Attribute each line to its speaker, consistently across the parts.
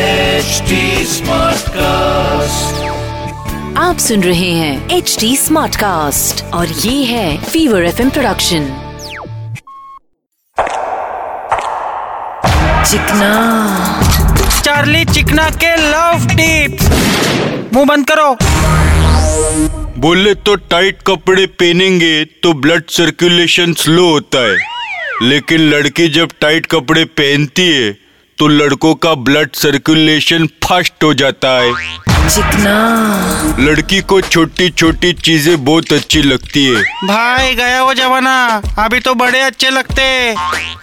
Speaker 1: HD Smartcast.
Speaker 2: आप सुन रहे हैं एच डी स्मार्ट कास्ट और ये है फीवर एफ प्रोडक्शन चिकना
Speaker 3: चार्ली चिकना के लव टिप्स मुंह बंद करो
Speaker 4: बोले तो टाइट कपड़े पहनेंगे तो ब्लड सर्कुलेशन स्लो होता है लेकिन लड़की जब टाइट कपड़े पहनती है तो लड़कों का ब्लड सर्कुलेशन फास्ट हो जाता है
Speaker 2: चिकना
Speaker 4: लड़की को छोटी छोटी चीजें बहुत अच्छी लगती है
Speaker 3: भाई गया वो जमाना अभी तो बड़े अच्छे लगते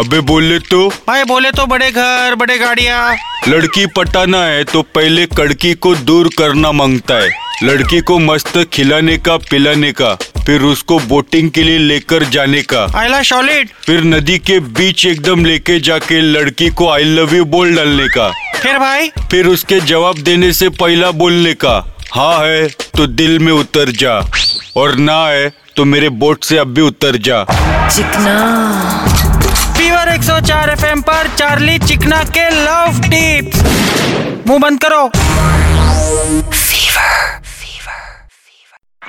Speaker 4: अबे बोले तो
Speaker 3: भाई बोले तो बड़े घर बड़े गाड़िया
Speaker 4: लड़की पटाना है तो पहले कड़की को दूर करना मांगता है लड़की को मस्त खिलाने का पिलाने का फिर उसको बोटिंग के लिए लेकर जाने का
Speaker 3: आईला सॉलिड
Speaker 4: फिर नदी के बीच एकदम लेके जाके लड़की को आई लव यू बोल डालने का
Speaker 3: फिर भाई
Speaker 4: फिर उसके जवाब देने से पहला बोलने का हाँ है तो दिल में उतर जा और ना है तो मेरे बोट से अब भी उतर जा
Speaker 2: चिकना
Speaker 3: फीवर 104 एफएम पर चार्ली चिकना के लव टिप्स मुंह बंद करो